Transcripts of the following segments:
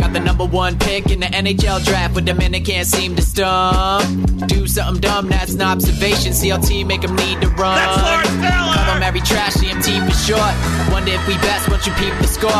Got the number one pick in the NHL draft, but the minute can't seem to stump. Do something dumb, that's an observation. CLT make 'em need to run. That's Lars Call 'em every trash EMT for short. Wonder if we best once you peep the score.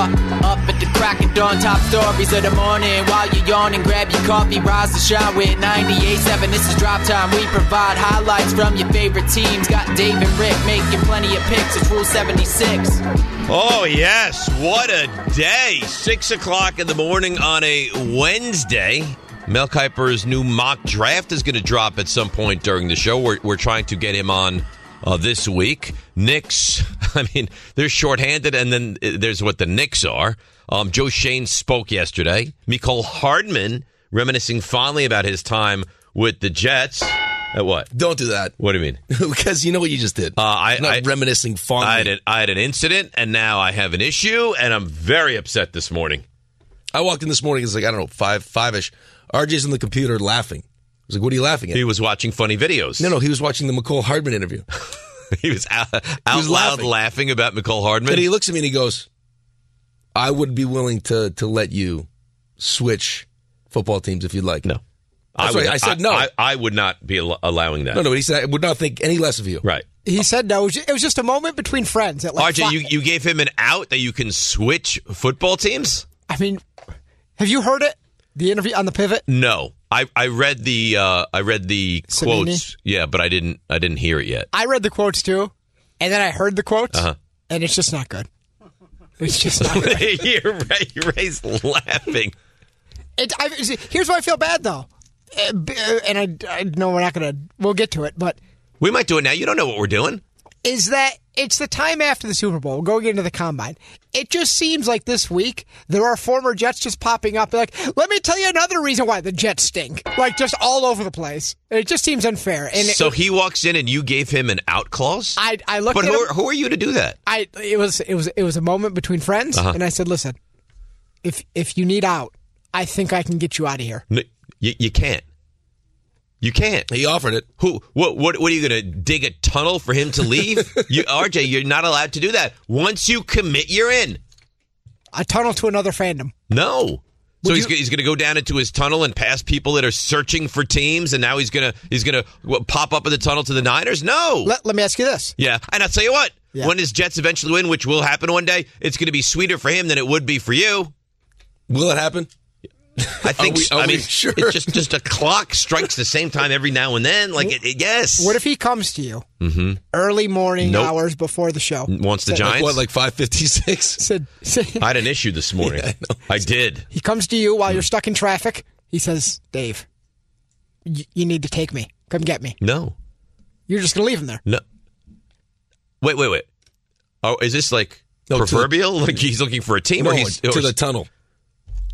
Up at the crack of dawn, top stories of the morning. While you yawn and grab your coffee, rise to shine with 98.7. This is drop time. We provide highlights from your favorite teams. Got Dave and Rick making plenty of picks. It's Rule 76. Oh, yes. What a day. Six o'clock in the morning on a Wednesday. Mel Kiper's new mock draft is going to drop at some point during the show. We're, we're trying to get him on uh, this week. Knicks, I mean, they're shorthanded, and then uh, there's what the Knicks are. Um, Joe Shane spoke yesterday. Nicole Hardman reminiscing fondly about his time with the Jets. At what? Don't do that What do you mean? because you know what you just did. Uh, I- I'm not I- reminiscing fondly. I had, an, I had an incident, and now I have an issue, and I'm very upset this morning. I walked in this morning. It's like I don't know five five ish. RJ's on the computer laughing. I was like, "What are you laughing at?" He was watching funny videos. no, no, he was watching the McCall Hardman interview, he was out, out was loud laughing. laughing. about Nicole Hardman. and he looks at me and he goes, "I would be willing to to let you switch football teams if you'd like." no, I, That's would, right, I said no. I, I would not be al- allowing that. no, no. But he said, "I would not think any less of you." Right, He said no. It was ju- it was just a moment between friends. At like RJ, fi- you, you gave him an out that you can switch football teams. I mean, have you heard it? The interview on the pivot. No, I, I read the uh, I read the Savini? quotes. Yeah, but I didn't I didn't hear it yet. Uh-huh. I read the quotes too, and then I heard the quotes, Uh. and it's just not good. It's just not good. You're right. You're raised laughing. It, I, see, here's why I feel bad though, Uh, b- uh, and I, I know we're not gonna. We'll get to it, but We might do it now. You don't know what we're doing. is that it's the time after the Super Bowl, going into the combine. It just seems like this week there are former Jets just popping up. They're like, let me tell you another reason why the Jets stink. Like just all over the place. It just seems unfair. And it- so he walks in and you gave him an out clause? I I looked but at who him- are, who are you to do that? Uh-huh. I it was it was it was a moment between friends, and I said, "Listen, if if you need out, I think I can get you out of here." N- You, you can't. You can't. He offered it. Who? What? What? What are you going to dig a tunnel for him to leave? you, RJ, you're not allowed to do that. Once you commit, you're in. A tunnel to another fandom. No. So Would he's, you- go- he's going to go down into his tunnel and pass people that are searching for teams, and now he's going to he's going to pop up in the tunnel to the Niners. No. Let, let me ask you this: yeah, and I'll tell you what. Yeah. When his Jets eventually win, which will happen one day, it's going to be sweeter for him than it would be for you. Will it happen? I think. we- s- are I we mean, sure? it's just just a clock strikes the same time every now and then. Like, it, it- yes. What if he comes to you early morning Nope. hours before the show? wants the Like Giants? What, Mm-hmm. like five fifty six? Said, said- I Hmm. had an issue this morning. I, did. he comes to you while you're stuck in traffic. He says, "Dave, y- you need to take me. Come get me." No, You're just gonna leave him there. no. Wait, wait, wait. Oh, is this like No, to the- proverbial? like he's looking for a team, No, or he's to or- the tunnel.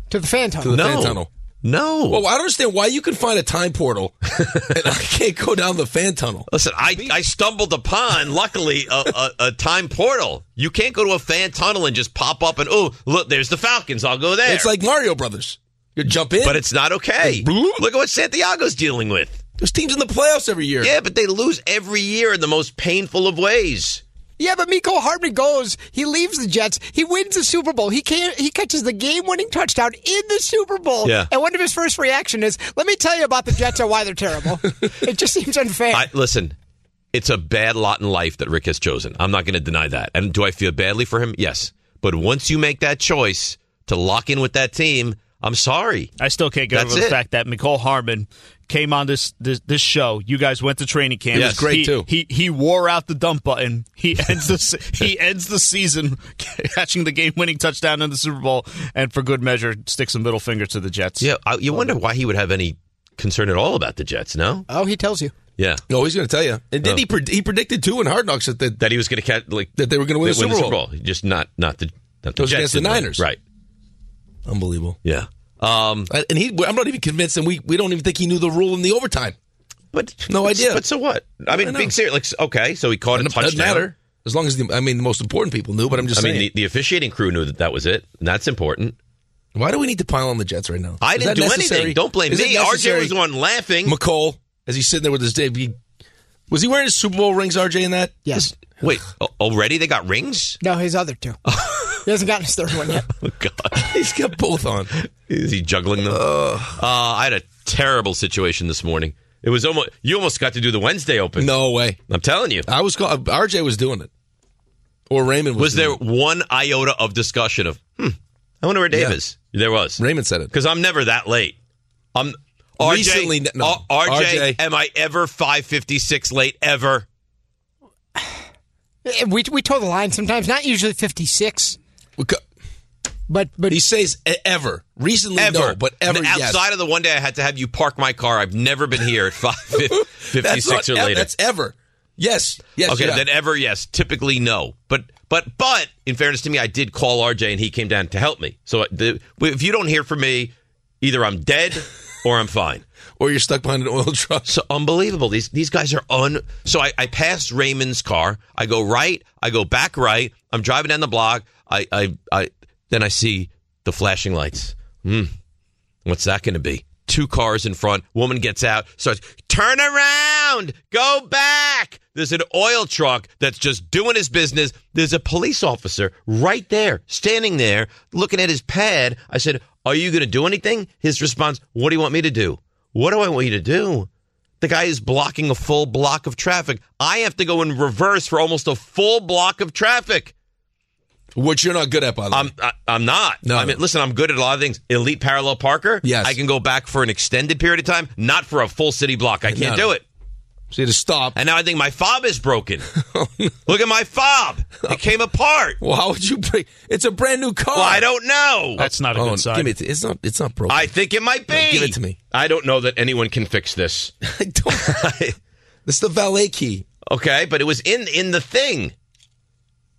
To the fan tunnel. To the no, fan tunnel. no. Well, I don't understand why you can find a time portal and I can't go down the fan tunnel. Listen, I, I stumbled upon, luckily, a, a, a time portal. You can't go to a fan tunnel and just pop up and, oh, look, there's the Falcons. I'll go there. It's like Mario Brothers. You jump in, but it's not okay. Bloop. Look at what Santiago's dealing with. There's teams in the playoffs every year. Yeah, but they lose every year in the most painful of ways. Yeah, but Miko Hardman goes. He leaves the Jets. He wins the Super Bowl. He can't. He catches the game-winning touchdown in the Super Bowl. Yeah. And one of his first reaction is, "Let me tell you about the Jets and why they're terrible." it just seems Eh. unfair. I listen. It's a bad lot in life that Rick has chosen. I'm not going to deny that. And do I feel badly for him? Yes. But once you make that choice to lock in with that team, I'm sorry. I still can't get That's over the it. fact that Nicole Harmon came on this this, this show. You guys went to training camp. Yes, great, he, too. He he wore out the dump button. He ends the se- he ends the season catching the game winning touchdown in the Super Bowl, and for good measure sticks a middle finger to the Jets. Yeah, I, you wonder why he would have any concern at all about the Jets. No, Oh, he tells you. yeah, No, he's going to tell you. And then Oh. he pred- he predicted too in Hard Knocks that that, that he was going to catch like that they were going to they win the win Super Bowl. Just not not the not the It was Jets against the didn't win. Niners. right? Unbelievable. Yeah. Um, I- Uh, And he, I'm not even convinced, and we, we don't even think he knew the rule in the overtime. but No but- idea. But so what? I mean, I know. being serious, like okay, so he caught a It touchdown. doesn't matter as long as the, I mean the most important people knew. But I'm just I mean, saying, the, the officiating crew knew that that was it, and that's important. why do we need to pile on the Jets right now? I Is didn't that do necessary? anything. Don't blame Is it me. RJ necessary? was the one laughing. McColl as he's sitting there with his Dave. He, was he wearing his Super Bowl rings? RJ in that? Yes. Wait, a- already they got rings? No, his other two. he hasn't gotten his third one yet. Oh, God. He's got both on. Is he juggling them? Uh, I had a terrible situation this morning. It was almost you almost got to do the Wednesday open. No way. I'm telling you. I was call, RJ was doing it, or Raymond was. Was there doing one iota of discussion of, hmm, I wonder where Dave Yeah. is? There was. it. Raymond said it. Because I'm never that late. I'm RJ, Recently, no. R- RJ, RJ. am I ever 556 late ever? Eh, We we toe the line sometimes, not usually fifty six, Because- but but He says e- ever recently, Ever. no, but ever And yes. outside of the one day I had to have you park my car, I've never been here at 556 that's not or e- later. That's ever. Yes. Yes. Okay, you're then right. ever yes. Typically no, but but but in fairness to me, I did call RJ and he came down to help me. So uh, the, if you don't hear from me, either I'm dead or I'm fine. or you're stuck behind an oil truck. So unbelievable. These these guys are un. So I, I pass Raymond's car. I go right. I go back right. I'm driving down the block. I I, I then I see the flashing lights. Hmm. What's that going to be? Two cars in front. Woman gets out. Starts turn around. Go back. There's an oil truck that's just doing his business. There's a police officer right there, standing there, looking at his pad. I said, "Are you going to do anything?" His response: "What do you want me to do? What do I want you to do?" The guy is blocking a full block of traffic. I have to go in reverse for almost a full block of traffic. Which you're not good at, by the way. I'm I, I'm not. No, I mean, no. listen, I'm good at a lot of things. Elite parallel Parker. Yes. I can go back for an extended period of time, not for a full city block. I can't No, no. do it. So you had to stop. Oh, And now I think my fob is broken. Look at my fob. It came apart. Well, how would you break? It's a brand new car. Well, I don't know. That's not a Hold good on, sign. Oh, Give me it. It's not. It's not broken. I think it might be. Give it to me. I don't know that anyone can fix this. I don't. It's the valet key. Okay, but it was in in the thing.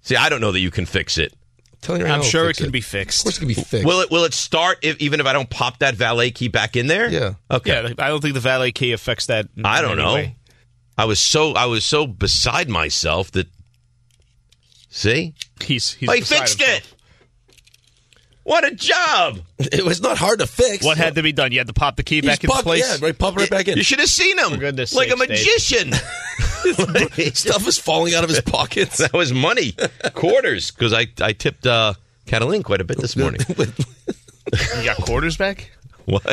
See, I don't know that you can fix it. I'm telling you, right I'm now, sure I'll it fix can be Of course, it fixed. can be fixed. Will it will it start if, even if I don't pop that valet key back in there? Yeah. Okay. Yeah, I don't think the valet key affects that. in I don't any know. way. I was so I was so beside myself that see He's he's oh, he beside fixed himself. it. What a job! it was not hard to fix. What had to be done? You had to pop the key He's back into pop- place. Yeah, right. Pop it right back in. You should have seen him, goodness like a sakes, Dave. magician. Stuff is falling out of his pockets. that was money, quarters, because I I tipped uh, Cataline quite a bit this morning. You got quarters back? what?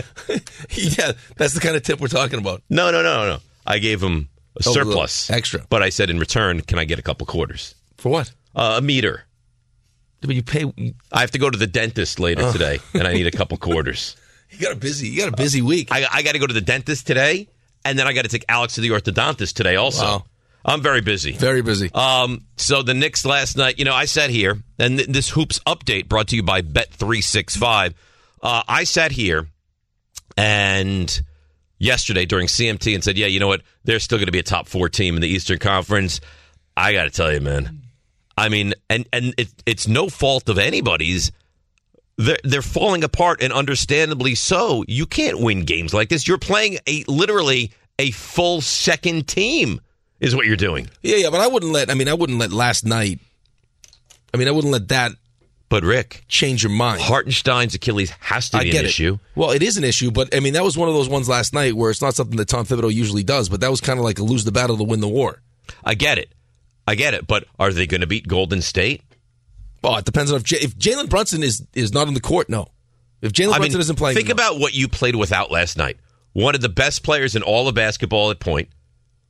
yeah, that's the kind of tip we're talking about. No, no, no, no. I gave him a Oh, surplus, look, extra. but I said in return, can I get a couple quarters, For what? uh, a meter? But you pay. You I have to go to the dentist later today, and I need a couple quarters. got a busy. You got a busy week. I, I got to go to the dentist today, and then I got to take Alex to the orthodontist today. Also, Wow. I'm very busy. Very busy. Um, so the Knicks last night, you know, I sat here, and th- this hoops update brought to you by Bet Three Six Five. Uh, I sat here, and yesterday during CMT, and said, "Yeah, you know what? They're still going to be a top four team in the Eastern Conference." I got to tell you, man. I mean, and and it, it's no fault of anybody's. They're, they're falling apart, and understandably so. You can't win games like this. You're playing a literally a full second team is what you're doing. yeah, yeah. But I wouldn't let. I mean, I wouldn't let last night. I mean, I wouldn't let that But Rick, change your mind. Hartenstein's Achilles has to I be get an it. issue. Well, it is an issue, but I mean that was one of those ones last night where it's not something that Tom Thibodeau usually does, but that was kind of like a lose the battle to win the war. I get it. I get it. But are they going to beat Golden State? Well, it depends on if, J- if Jalen Brunson is is not on the court. No, if Jalen I Brunson mean, isn't playing, think no. about what you played without last night. One of the best players in all of basketball at point.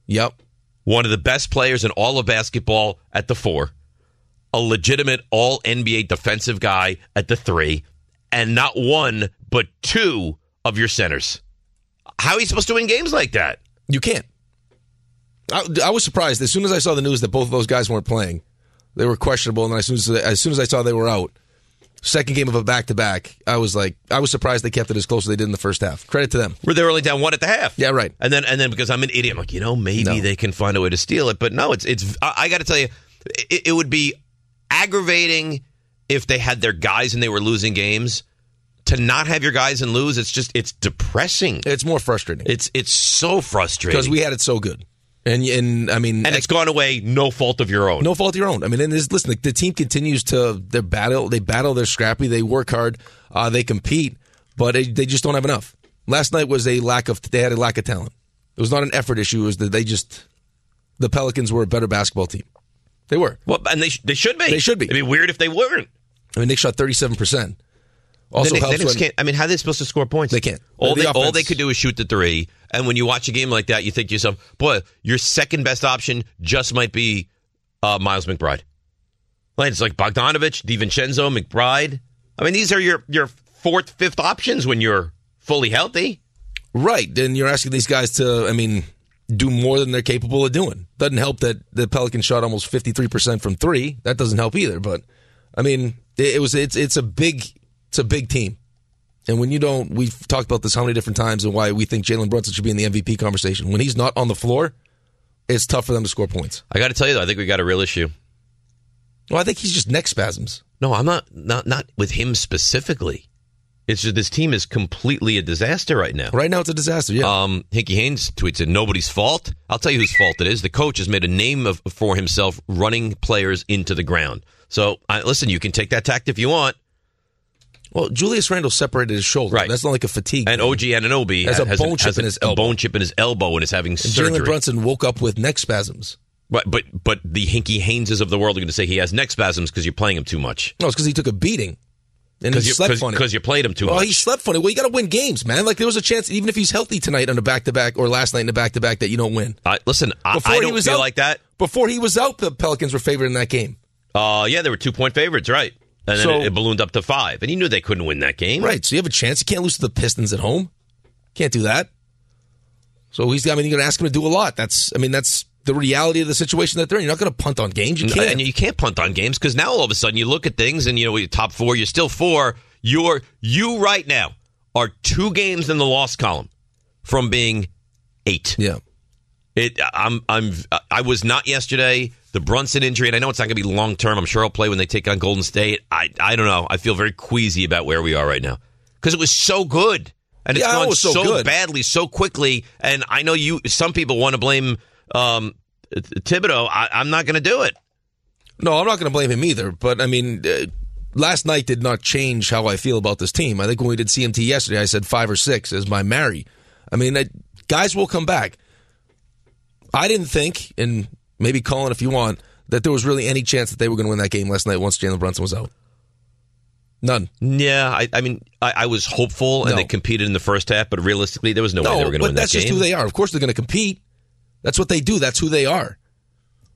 Yep, One of the best players in all of basketball at the four. A legitimate all NBA defensive guy at the three, and not one but two of your centers. How are you supposed to win games like that? You can't. I, I was surprised as soon as I saw the news that both of those guys weren't playing. They were questionable, and then as soon as as soon as I saw they were out, second game of a back to back, I was like, I was surprised they kept it as close as they did in the first half. Credit to them. Where they were only down one at the half. Yeah, right. And then and then because I'm an idiot, I'm like, you know, maybe No. they can find a way to steal it. But no, it's it's. I, I got to tell you, it, it would be aggravating if they had their guys and they were losing games. To not have your guys and lose, it's just it's depressing. It's more frustrating It's it's so frustrating because we had it so good, and and I mean, eh, and it's gone away no fault of your own. no fault of your own. I mean, and this, listen, the, the team continues to their battle. They battle. They're scrappy. They work hard. Uh, they compete, but it, they just don't have enough. Last night was a lack of. They had a lack of talent. It was not an effort issue. It was that they just the Pelicans were a better basketball team. They were. Well, and they sh- they should be. They should be. It'd be weird if they weren't. I mean, Nick shot thirty seven percent. Also they, they helps just when- can't. I mean, how are they supposed to score points? They can't. All The they, all offense- they could do is shoot the three. And when you watch a game like that, you think to yourself, "Boy, your second best option just might be uh, Miles McBride." Like it's like Bogdanovich, Divincenzo, McBride. I mean, these are your your fourth, fifth options when you're fully healthy. Right. Then you're asking these guys to, I mean, do more than they're capable of doing. Doesn't help that the Pelicans shot almost 53% from 3. That doesn't help either, but I mean, it, it was it's it's a big it's a big team. And when you don't, we've talked about this how many different times and why we think Jalen Brunson should be in the MVP conversation. When he's not on the floor, it's tough for them to score points. I got to tell you, though, I think we got a real issue. Well, I think he's just neck spasms. No, I'm not not not with him specifically. It's just this team is completely a disaster right now. Right now, it's a disaster. Yeah, Um, Hinky Haynes tweets it. Nobody's fault. I'll tell you whose fault it is. The coach has made a name of, for himself running players into the ground. So I, listen, you can take that tact if you want. well, Julius Randle separated his shoulder. Right. that's not like a fatigue. And OG Ananobi Has a has bone chip has in his elbow. a bone chip in his elbow and is having surgery. Jalen Brunson woke up with neck spasms. But, but but the Hinky Hayneses of the world are going to say he has neck spasms because you're playing him too much. No, it's because he took a beating and he Because slept funny. you, played him too Oh, much. he slept funny. Well, you got to win games, man. Like there was a chance, even if he's healthy tonight on a back to back or last night in a back to back, that you don't win. I, listen, I, Before I he don't was feel out- like that. Before he was out, the Pelicans were favored in that game. Uh, yeah, they were two point favorites, right? And then So- it, it ballooned up to five, and you knew they couldn't win that game. Right. So you have a chance. You can't lose to the Pistons at home. Can't do that. So he's. I mean, you're going to ask him to do a lot. That's. I mean, that's the reality of the situation that they're in. You're not going to punt on games. You And- can't. And you can't punt on games because now all of a sudden you look at things and you know you're top four, you're still four. You're you right now are two games in the loss column from being eight. yeah. It I'm I'm I was not yesterday. The Brunson injury, and I know it's not going to be long term. I'm sure he'll play when they take on Golden State. I I don't know. I feel very queasy about where we are right now because it was so good and it's Yeah, it gone was so good. badly so quickly. And I know you. Some people want to blame um, Thibodeau. I, I'm not going to do it. No, I'm not going to blame him either. But I mean, uh, last night did not change how I feel about this team. I think when we did CMT yesterday, I said five or six as my marry. I mean, I, guys will come back. I didn't think, and maybe Colin, if you want, that there was really any chance that they were going to win that game last night once Jalen Brunson was out. None. Yeah, I, I mean, I, I was hopeful, and No. they competed in the first half, but realistically, there was no, way they were going to but win that's that just game. who they are. Of course, they're going to compete. That's what they do. That's who they are.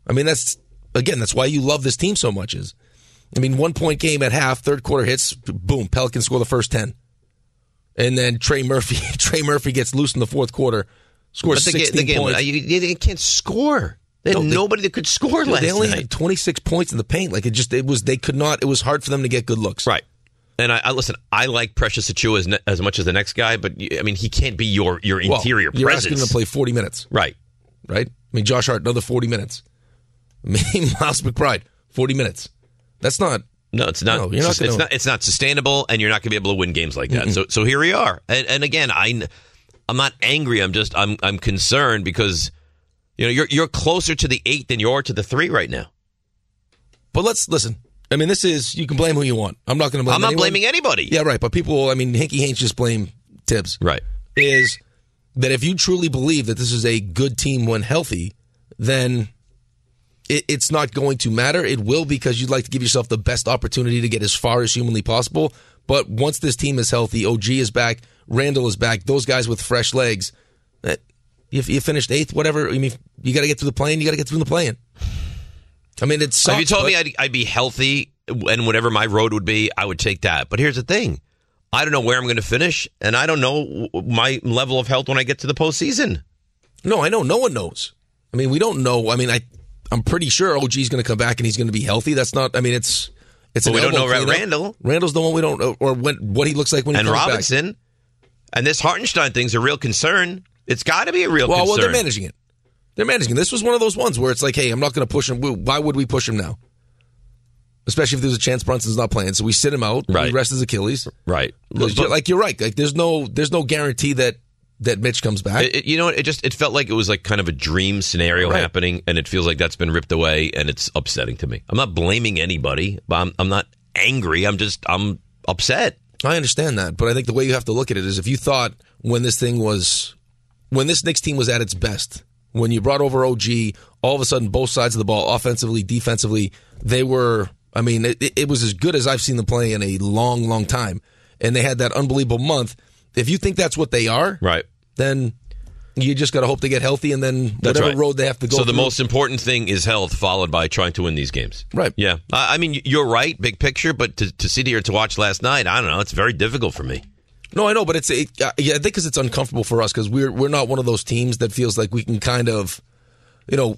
I mean, that's again, that's why you love this team so much. Is I mean, one point game at half, third quarter hits, boom, Pelicans score the first ten, and then Trey Murphy, Trey Murphy gets loose in the fourth quarter, but scores the, ga- sixteen the game, points. uh, you- you- they can't score. They had No, they- nobody that could score last they only night. had twenty six points in the paint. Like it just, it was they could not. It was hard for them to get good looks. right. And I, I listen. I like Precious Achua as, ne- as much as the next guy, but y- I mean, he can't be your your Well, interior you're asking presence. them to play forty minutes. Right. right? I mean, Josh Hart, another 40 minutes. I mean, Miles McBride, 40 minutes. That's not, No, it's not. No, Oh, you're not it's, gonna- it's not. It's not sustainable, and you're not going to be able to win games like that. So, so here we are. And, and again, I, I'm not angry. I'm just, I'm, I'm concerned because, you know, you're you're closer to the eight than you are to the three right now. but let's listen. I mean, this is, you can blame who you want. I'm not going to blame I'm not anyone. blaming anybody. Yeah, right. But people, I mean, Hinky Hanks just blame Tibbs. Right. Is that if you truly believe that this is a good team when healthy, then it, it's not going to matter. It will because you'd like to give yourself the best opportunity to get as far as humanly possible. But once this team is healthy, OG is back, Randall is back, those guys with fresh legs, that you, you finished eighth, whatever. I mean, you got to get through the plane. You got to get through the plane. I mean, it's. if you told me I'd, I'd be healthy and whatever my road would be, I would take that. But here's the thing. I don't know where I'm going to finish, and I don't know w- my level of health when I get to the postseason. No, I know. No one knows. I mean, we don't know. I mean, I I'm pretty sure OG's going to come back and he's going to be healthy. That's not. I mean, it's it's. But an we don't elbow know about cleanup. Randall. Randall's the one we don't know, or when, what he looks like when he And comes back. Robinson, and this Hartenstein thing's a real concern. It's got to be a real Well, well, concern. they're managing it. They're managing. it. This was one of those ones where it's like, hey, I'm not going to push him. Why would we push him now? Especially if there's a chance Brunson's not playing, so we sit him out. Right. We rest his Achilles. right? Legit- But- like you're right. Like there's no there's no guarantee that that Mitch comes back. It, it- you know, what? it just it felt like it was like kind of a dream scenario Right. happening, and it feels like that's been ripped away, and it's upsetting to me. I'm not blaming anybody, but I'm I'm not angry. I'm just I'm upset. I understand that, but I think the way you have to look at it is if you thought when this thing was when this Knicks team was at its best, when you brought over OG, all of a sudden both sides of the ball, offensively, defensively, they were I mean, it, it was as good as I've seen them play in a long, long time. And they had that unbelievable month. If you think that's what they are, Right. then you just got to hope they get healthy and then That's whatever right. road they have to go So the through- most important thing is health, followed by trying to win these games. Right. Yeah. I, I mean, you're right, big picture, but to, to sit here to watch last night, I don't know. It's very difficult for me. No, I know, but it's it, uh, yeah, I think because it's uncomfortable for us because we're we're not one of those teams that feels like we can kind of, you know,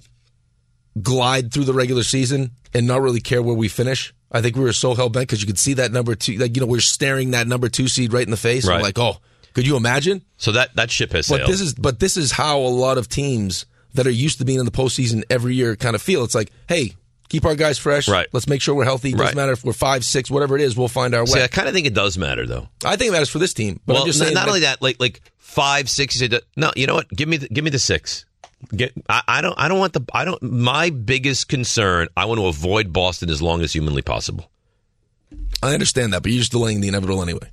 glide through the regular season and not really care where we finish. I think we were so hell bent because you could see that number two, like you know, we're staring that number two seed right in the face. Right. And like, oh, could you imagine? So that that ship has But sailed. this is but this is how a lot of teams that are used to being in the postseason every year kind of feel. It's like, hey, keep our guys fresh. Right. Let's make sure we're healthy. Doesn't Right. matter if we're five, six, whatever it is, we'll find our way. See, I kind of think it does matter, though. I think it matters for this team. But well, I'm just n- saying not that- only that, like like five, six. you said, No, you know what? Give me the, give me the six. Get, I, I don't I don't want the I don't. My biggest concern. I want to avoid Boston as long as humanly possible. I understand that, but you're just delaying the inevitable anyway.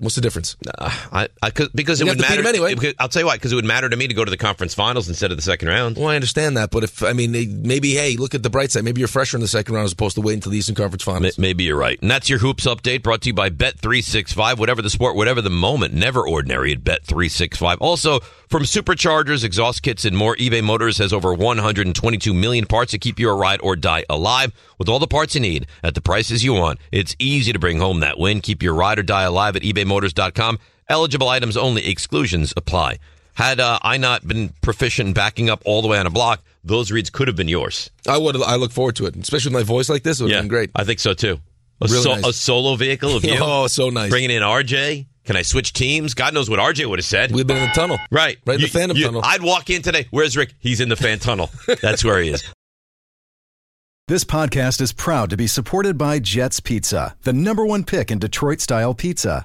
What's the difference? I, I cause, because You it would have to beat matter 'em anyway. because- I'll tell you why. Because it would matter to me to go to the conference finals instead of the second round. Well, I understand that, but if I mean they- maybe, hey, look at the bright side. Maybe you're fresher in the second round as opposed to waiting until the Eastern Conference Ma- Finals. Maybe you're right. And that's your hoops update brought to you by Bet365. Whatever the sport, whatever the moment, never ordinary at Bet365. Also, from superchargers, exhaust kits, and more, eBay Motors has over 122 million parts to keep your ride or die alive. With all the parts you need at the prices you want, it's easy to bring home that win. Keep your ride or die alive at ebaymotors.com. Eligible items only, exclusions apply. Had uh, I not been proficient in backing up all the way on a block, those reads could have been yours. I would. I look forward to it, especially with my voice like this. It would have been great. I think so too. A, Really so- uh, nice. a solo vehicle of you. Oh, so nice. Bringing in RJ. Can I switch teams? God knows what RJ would have said. We've been in the tunnel, right. Right in You- the Phantom you- Tunnel. I'd walk in today. Where's Rick? He's in the fan tunnel. That's where he is. This podcast is proud to be supported by Jets Pizza, the number one pick in Detroit style pizza.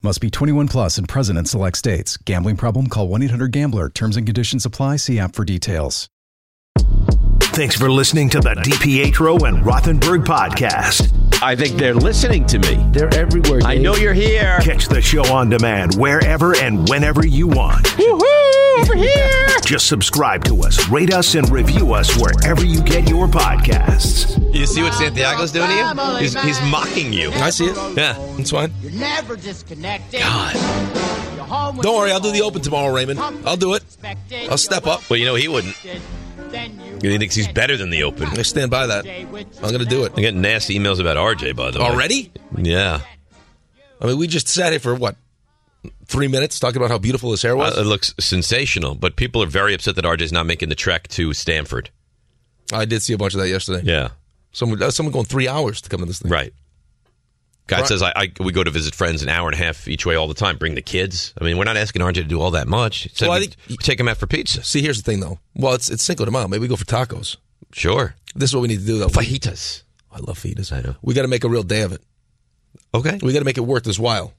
Must be 21 plus and present in select states. Gambling problem? Call 1 800 Gambler. Terms and conditions apply. See app for details. Thanks for listening to the DiPietro and Rothenberg podcast. I think they're listening to me. They're everywhere. I know you're here. Catch the show on demand wherever and whenever you want. Woohoo! Over here. Just subscribe to us, rate us, and review us wherever you get your podcasts. You see what Santiago's doing to you? He's, he's mocking you. I see it. Yeah. It's fine. You're never disconnected. God. Your Don't worry, I'll do the open tomorrow, Raymond. I'll do it. I'll step up. Well, you know he wouldn't. He thinks he's better than the Open. I stand by that. I'm going to do it. I'm getting nasty emails about RJ, by the way. Already? Yeah. I mean, we just sat here for what? Three minutes talking about how beautiful his hair Uh, was? it looks sensational, but people are very upset that RJ's not making the trek to Stanford. I did see a bunch of that yesterday. Yeah. Someone, uh, someone going three hours to come to this thing. Right. God Right. says I, I we go to visit friends an hour and a half each way all the time. Bring the kids. I mean, we're not asking RJ to do all that much. He said Well, I we- think- we take him out for pizza. See, here's the thing, though. Well, it's it's Cinco de Mayo. Maybe we go for tacos. Sure. This is what we need to do, though. Fajitas. I love fajitas. I know. We got to make a real day of it. Okay. We got to make it worth this while.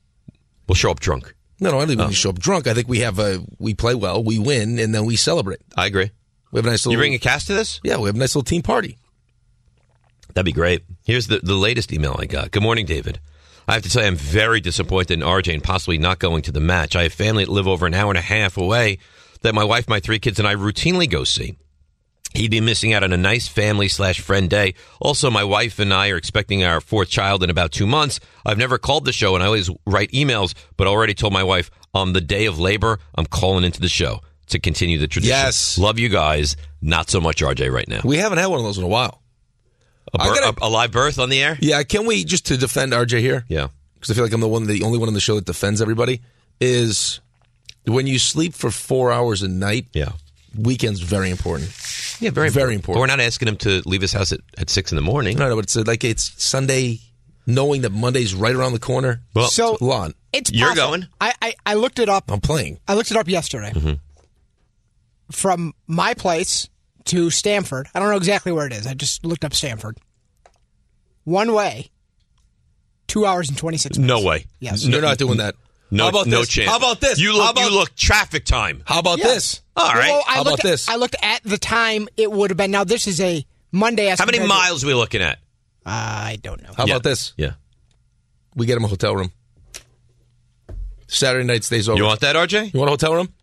We'll show up drunk. Oh. No, no, I don't even need to show up drunk. I think we have a we play well, we win, and then we celebrate. I agree. We have a nice little You bring a cast to this? yeah, we have a nice little team party. That'd be great. Here's the, the latest email I got. Good morning, David. I have to say I'm very disappointed in RJ and possibly not going to the match. I have family that live over an hour and a half away that my wife, my three kids, and I routinely go see. He'd be missing out on a nice family slash friend day. Also, my wife and I are expecting our fourth child in about two months. I've never called the show and I always write emails, but already told my wife on the day of labor, I'm calling into the show to continue the tradition. Yes. Love you guys. Not so much RJ right now. We haven't had one of those in a while. A, I bir- gotta- a, a live birth on the air? Yeah, can we just to defend RJ here? Yeah. because I feel like I'm the one, the only one on the show that defends everybody. Is when you sleep for four hours a night. Yeah. weekends very important. Yeah, very Very But we're important. not asking him to leave his house at, at six in the morning. No, no, but it's uh, like it's Sunday, knowing that Monday's right around the corner. Well, so lawn, It's You're possible. going? I, I, I looked it up. I'm playing. I looked it up yesterday. Mm-hmm. From my place to Stanford, I don't know exactly where it is. I just looked up Stanford. One way, two hours and twenty six. minutes. No way. Yes. You're not doing that. No, How about no this? chance. How about this? You look. How about- you look. Traffic time. How about Yeah. this? All right. Well, I How about looked at- this? I looked at the time it would have been. Now this is a Monday. as How many compared to- miles are we looking at? I don't know. How Yeah. about this? Yeah. We get him a hotel room. Saturday night stays over. You want that, RJ? You want a hotel room?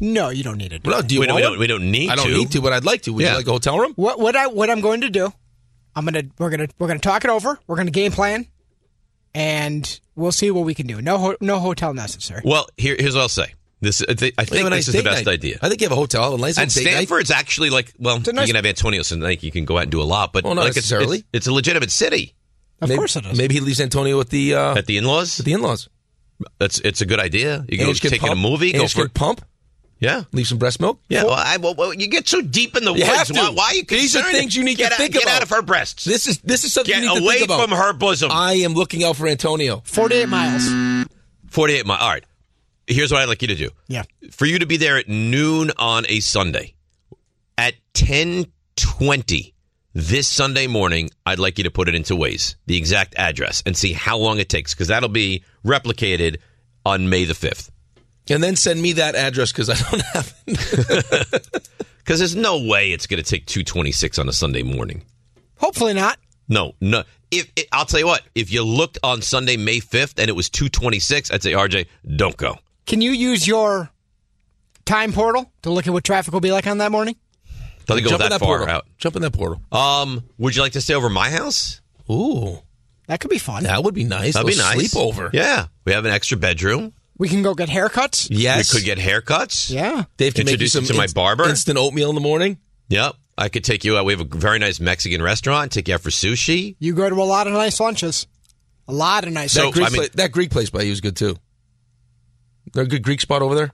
No, you don't need it. Well, no, do you we, don't, we want don't. one? We don't need. I don't to. need to, but I'd like to. Would Yeah. you like a hotel room? What what I what I'm going to do? I'm gonna we're gonna we're gonna talk it over. We're gonna game plan, and we'll see what we can do. No ho- no hotel necessary. Well, here, here's what I'll say. This. I thi- I We have think a this nice is the date best night. idea. I think you have a hotel, a nice And little date night. Stanford's actually like. Well, a nice- you can have Antonio, so like you can go out and do a lot. But Well, not like it's, necessarily. it's, it's a legitimate city. Of maybe, course it is. Maybe he leaves Antonio with the uh, At the in-laws, with the in-laws. that's it's a good idea. You go Ange can take in a pump. movie. Go Ange for can pump. yeah. Leave some breast milk. Yeah, well, I, well, well, you get so deep in the You woods. have to. Why, why are you These are concerned? things you need get to out, think get about. out of her breasts. This is this is something get you need to away think about. from her bosom. I am looking out for Antonio. Forty eight miles. 48 miles. All right. Here's what I'd like you to do. Yeah. For you to be there at noon on a Sunday, at 1020 this Sunday morning, I'd like you to put it into Waze, the exact address, and see how long it takes, because that'll be replicated on May the 5th. And then send me that address because I don't have it. Because there's no way it's going to take 226 on a Sunday morning. Hopefully not. No, no. If it, I'll tell you what, if you looked on Sunday, May 5th, and it was 226, I'd say, RJ, don't go. Can you use your time portal to look at what traffic will be like on that morning? Doesn't go Jump that, in that far portal. Jump in that portal. out. Um, would you like to stay over my house? Ooh, That could be fun. that would be nice. That'd be Little nice. Sleepover. Yeah, we have an extra bedroom. We can go get haircuts. Yes. We could get haircuts. Yeah. Dave can make you Introduce you some to my barber. Instant oatmeal in the morning. Yep. I could take you out. We have a very nice Mexican restaurant. Take you out for sushi. You go to a lot of nice lunches. A lot of nice. So- That Greek, I mean- pla- that Greek place by you is good too. There a good Greek spot over there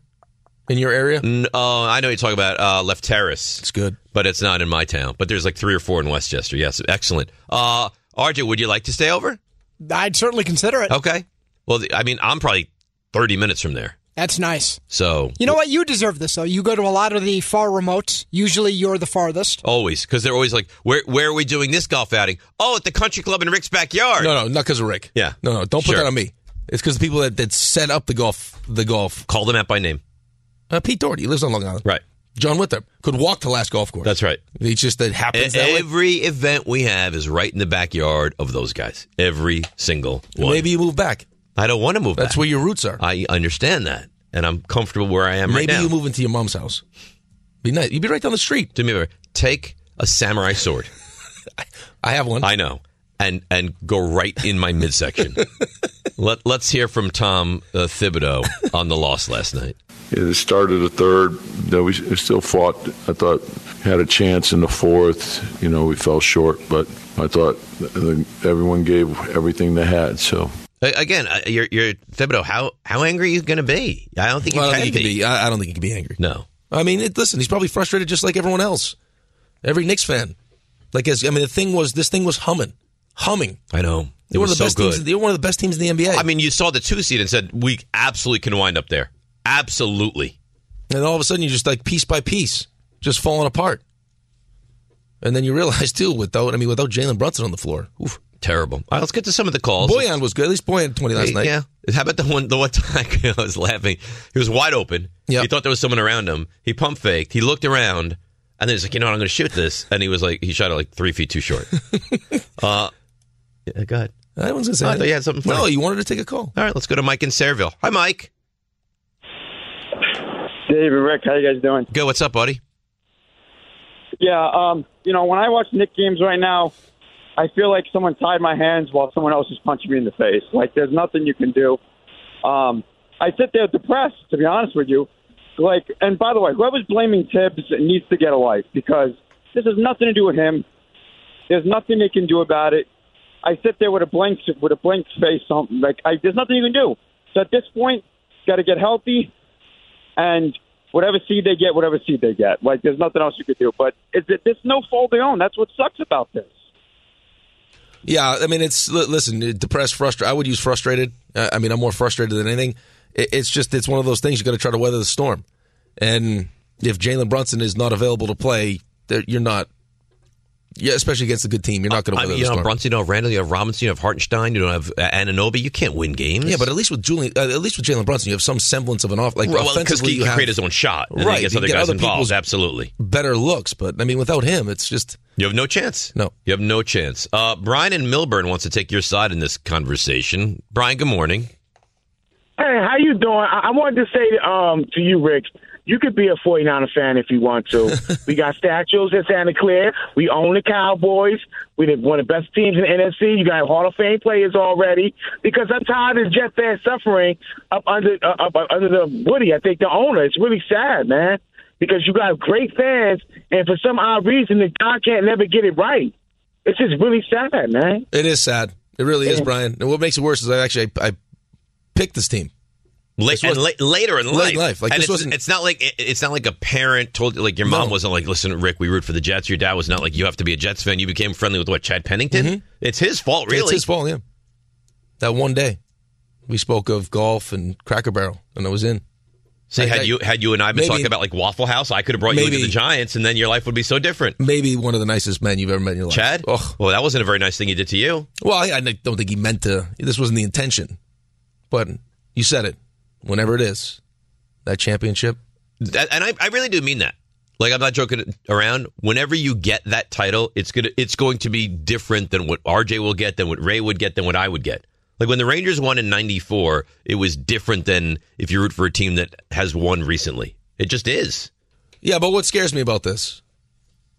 in your area. N- Uh, I know you're talking about uh, Left Terrace, It's good. but it's not in my town. But there's like three or four in Westchester. Yes, excellent. Uh, RJ, would you like to stay over? I'd certainly consider it. Okay. Well, the, I mean, I'm probably 30 minutes from there. That's nice. So You know what? You deserve this though. You go to a lot of the far remotes. Usually, you're the farthest. always because they're always like, where where are we doing this golf outing? Oh, at the country club in Rick's backyard. No, no, not because of Rick. Yeah. No, no, don't Sure. put that on me. It's because the people that, that set up the golf, the golf. Call them out by name. Uh, Pete Doherty he lives on Long Island. Right. John Winthrop could walk to last golf course. That's right. It's just that happens that way. Every event we have is right in the backyard of those guys. Every single one. Maybe you move back. I don't want to move. That's back. where your roots are. I understand that, and I'm comfortable where I am right Maybe now. you move into your mom's house. Be nice. You'd be right down the street. Do me a favor. Take a samurai sword. I have one. I know, and and go right in my midsection. Let, let's hear from Tom uh, Thibodeau on the loss last night. It started the third. Then we still fought. I thought had a chance in the fourth. You know, we fell short, but I thought uh, everyone gave everything they had. So A- Again, uh, you're, you're Thibodeau. How how angry are you going to be? I don't think you Well, I can don't think be. he can be. I, I don't think he can be angry. No. I mean, it, listen, he's probably frustrated just like everyone else. Every Knicks fan. Like, as, I mean, the thing was, this thing was humming, humming. I know. It They're one was of the so best good. teams. They're one of the best teams in the NBA. I mean, you saw the two seed and said we absolutely can wind up there. Absolutely. and all of a sudden, you're just like piece by piece, just falling apart. And then you realize too, without I mean, without Jalen Brunson on the floor, oof. Terrible. All right, let's get to some of the calls. Boyan was good. At least Boyan had 20 last Hey, night. Yeah. How about the one the one time I was laughing? He was wide open. Yep. He thought there was someone around him. He pump faked. He looked around, and then he's like, you know what, I'm going to shoot this. And he was like, he shot it like three feet too short. uh, yeah, go ahead. I was gonna say. Oh, I that. thought you had something funny. No, you wanted to take a call. All right, let's go to Mike in Sayreville. Hi, Mike. Dave and Rick, how you guys doing? Go. What's up, buddy? Yeah, um, you know, when I watch Nick games right now, I feel like someone tied my hands while someone else is punching me in the face. Like there's nothing you can do. Um, I sit there depressed, to be honest with you. Like, and by the way, whoever's blaming Tibbs needs to get a life because this has nothing to do with him. There's nothing they can do about it. I sit there with a blank with a blank face. Something like I, there's nothing you can do. So at this point, got to get healthy, and whatever seed they get, whatever seed they get. Like there's nothing else you could do. But it's, there's no fault they own. That's what sucks about this. Yeah, I mean, it's li- listen, depressed, frustrated. I would use frustrated. Uh, I mean, I'm more frustrated than anything. It, it's just it's one of those things you got to try to weather the storm. And if Jalen Brunson is not available to play, there- you're not. Yeah, especially against a good team, you're not going to I mean, weather the Uh, you don't storm. have Brunson, you don't have Randall, you have Robinson, you have Hartenstein, you don't have uh, Ananobi. You can't win games. yeah, but at least with Julian, uh, at least with Jalen Brunson, you have some semblance of an off. Like Well, 'cause offensively, he you can have create his own shot. And right. Right, He gets you other get guys other involved. people's- Absolutely. better looks. But I mean, without him, it's just You have no chance. No. You have no chance. Uh, Brian in Milburn wants to take your side in this conversation. Brian, good morning. Hey, how you doing? I, I wanted to say um, to you, Rick, you could be a 49er fan if you want to. we got statues in Santa Clara. We own the Cowboys. We did one of the best teams in the NFC. You got Hall of Fame players already. Because I'm tired of Jet fans suffering up under uh, up under the Woody. I think the owner. It's really sad, man. Because you got great fans, and for some odd reason, the guy can't never get it right. It's just really sad, man. it is sad. It really is, Brian. And what makes it worse is I actually I, I picked this team. Late, This and was- la- later in Late life, in life. Like, and this it's, wasn't- it's not like it- it's not like a parent told like your mom wasn't like, listen, Rick, we root for the Jets. Your dad was not like, you have to be a Jets fan. You became friendly with what Chad Pennington. Mm-hmm. It's his fault, Oh, really. It's his fault, yeah. That one day, we spoke of golf and Cracker Barrel, and I was in. See, I- had I- you had you and I been Maybe- talking about like Waffle House, I could have brought you Maybe- into the Giants, and then your life would be so different. Maybe one of the nicest men you've ever met in your life. Chad, Oh, well, that wasn't a very nice thing he did to you. well, I, I don't think he meant to. This wasn't the intention, but you said it. Whenever it is, that championship. That- and I, I really do mean that. Like I'm not joking around. Whenever you get that title, it's gonna it's going to be different than what RJ will get, than what Ray would get, than what I would get. Like when the Rangers won in '94, it was different than if you root for a team that has won recently. It just is. Yeah, but what scares me about this,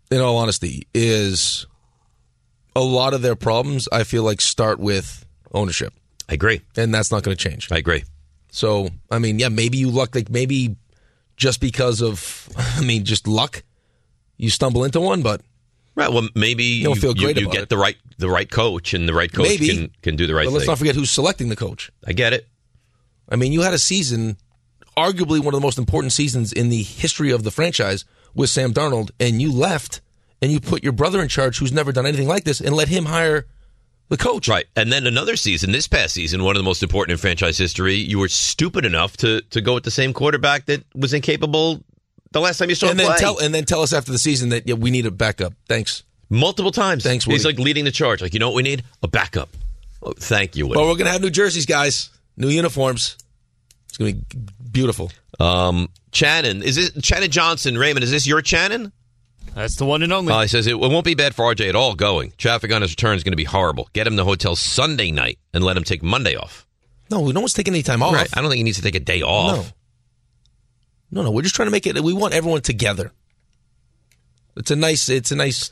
in all honesty, is a lot of their problems. I feel like start with ownership, I agree. and that's not going to change. I agree. So, I mean, yeah, maybe you luck, like maybe just because of, I mean, just luck, you stumble into one, but Right. Well, maybe you, don't feel great you, about get it. the right the right coach, and the right coach Maybe. can can do the right but let's thing. not forget who's selecting the coach. I get it. I mean, you had a season, arguably one of the most important seasons in the history of the franchise with Sam Darnold, and you left and you put your brother in charge who's never done anything like this and let him hire the coach. Right. And then another season, this past season, one of the most important in franchise history, you were stupid enough to to go with the same quarterback that was incapable the last time you saw And him then play. tell and then tell us after the season that yeah, we need a backup. Thanks. Multiple times. Thanks, He's like Woody. leading the charge. Like, you know what we need? A backup. Oh, thank you, Woody. But we're gonna have new jerseys, guys. New uniforms. It's gonna be beautiful. Um, Channon, is this Channon Johnson, Raymond, is this your Channon? That's the one and only. Uh, he says it, won't be bad for RJ at all going. Traffic on his return is going to be horrible. Get him the hotel Sunday night and let him take Monday off. No, no one's taking any time off. Right. I don't think he needs to take a day off. No. No, no. We're just trying to make it. We want everyone together. It's a nice. It's a nice.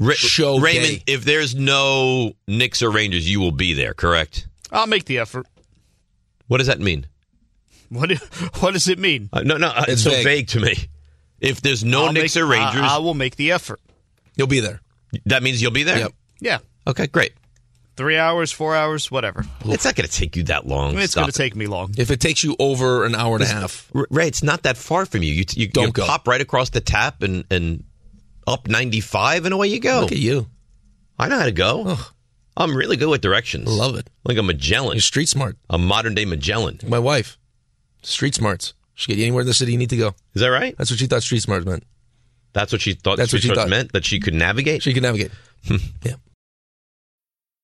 Ra- Show Raymond, day. if there's no Knicks or Rangers, you will be there, correct? I'll make the effort. What does that mean? What What does it mean? Uh, no, no, uh, it's so vague. to me. If there's no I'll Knicks make- or Rangers, I, I will make the effort. you'll be there. That means you'll be there. Yeah, Okay, great. three hours, four hours, whatever. It's not going to take you that long. It's Stop going to it. take me long. If it takes you over an hour and a Listen, half, R- Ray, it's not that far from you. You, you, Don't you go. pop right across the tap and, and up 95, and away you go. look at you. I know how to go. I'm really good with directions. Love it. Like a Magellan. You're street smart. a modern day Magellan. My wife, street smarts. She get you anywhere in the city you need to go. Is that right? That's what she thought street smarts meant. That's what she thought That's what she Swiss Roads thought. meant, that she could navigate? She can navigate. yeah.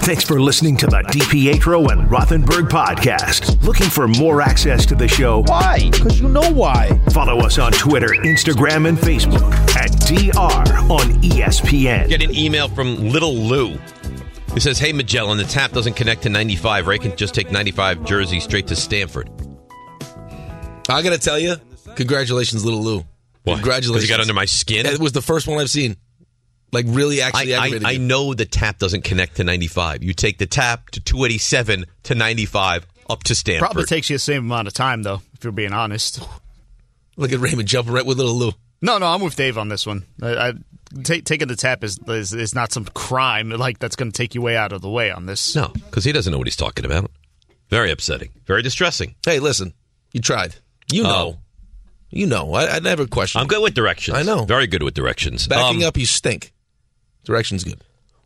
Thanks for listening to the DPetro and Rothenberg podcast. Looking for more access to the show? Why? Because you know why. Follow us on Twitter, Instagram, and Facebook at DR on E ESPN. Get an email from Little Lou. He says, Hey, Magellan, the tap doesn't connect to 95. Ray can just take 95 Jersey straight to Stanford. I gotta tell you, congratulations, little Lou. Why? 'Cause Congratulations. it got under my skin? It was the first one I've seen. Like really, actually, I, aggravated I, I you. know the tap doesn't connect to 95. You take the tap to 287 to 95 up to Stanford. Probably takes you the same amount of time though, if you're being honest. Look at Raymond jumping right with little Lou. No, no, I'm with Dave on this one. I, I ta- taking the tap is, is is not some crime like that's going to take you way out of the way on this. No, because he doesn't know what he's talking about. Very upsetting. Very distressing. Hey, listen, you tried. You know, Oh. you know. I, I never question. I'm good with directions. I know. Very good with directions. Backing Um, up, you stink. Direction's good.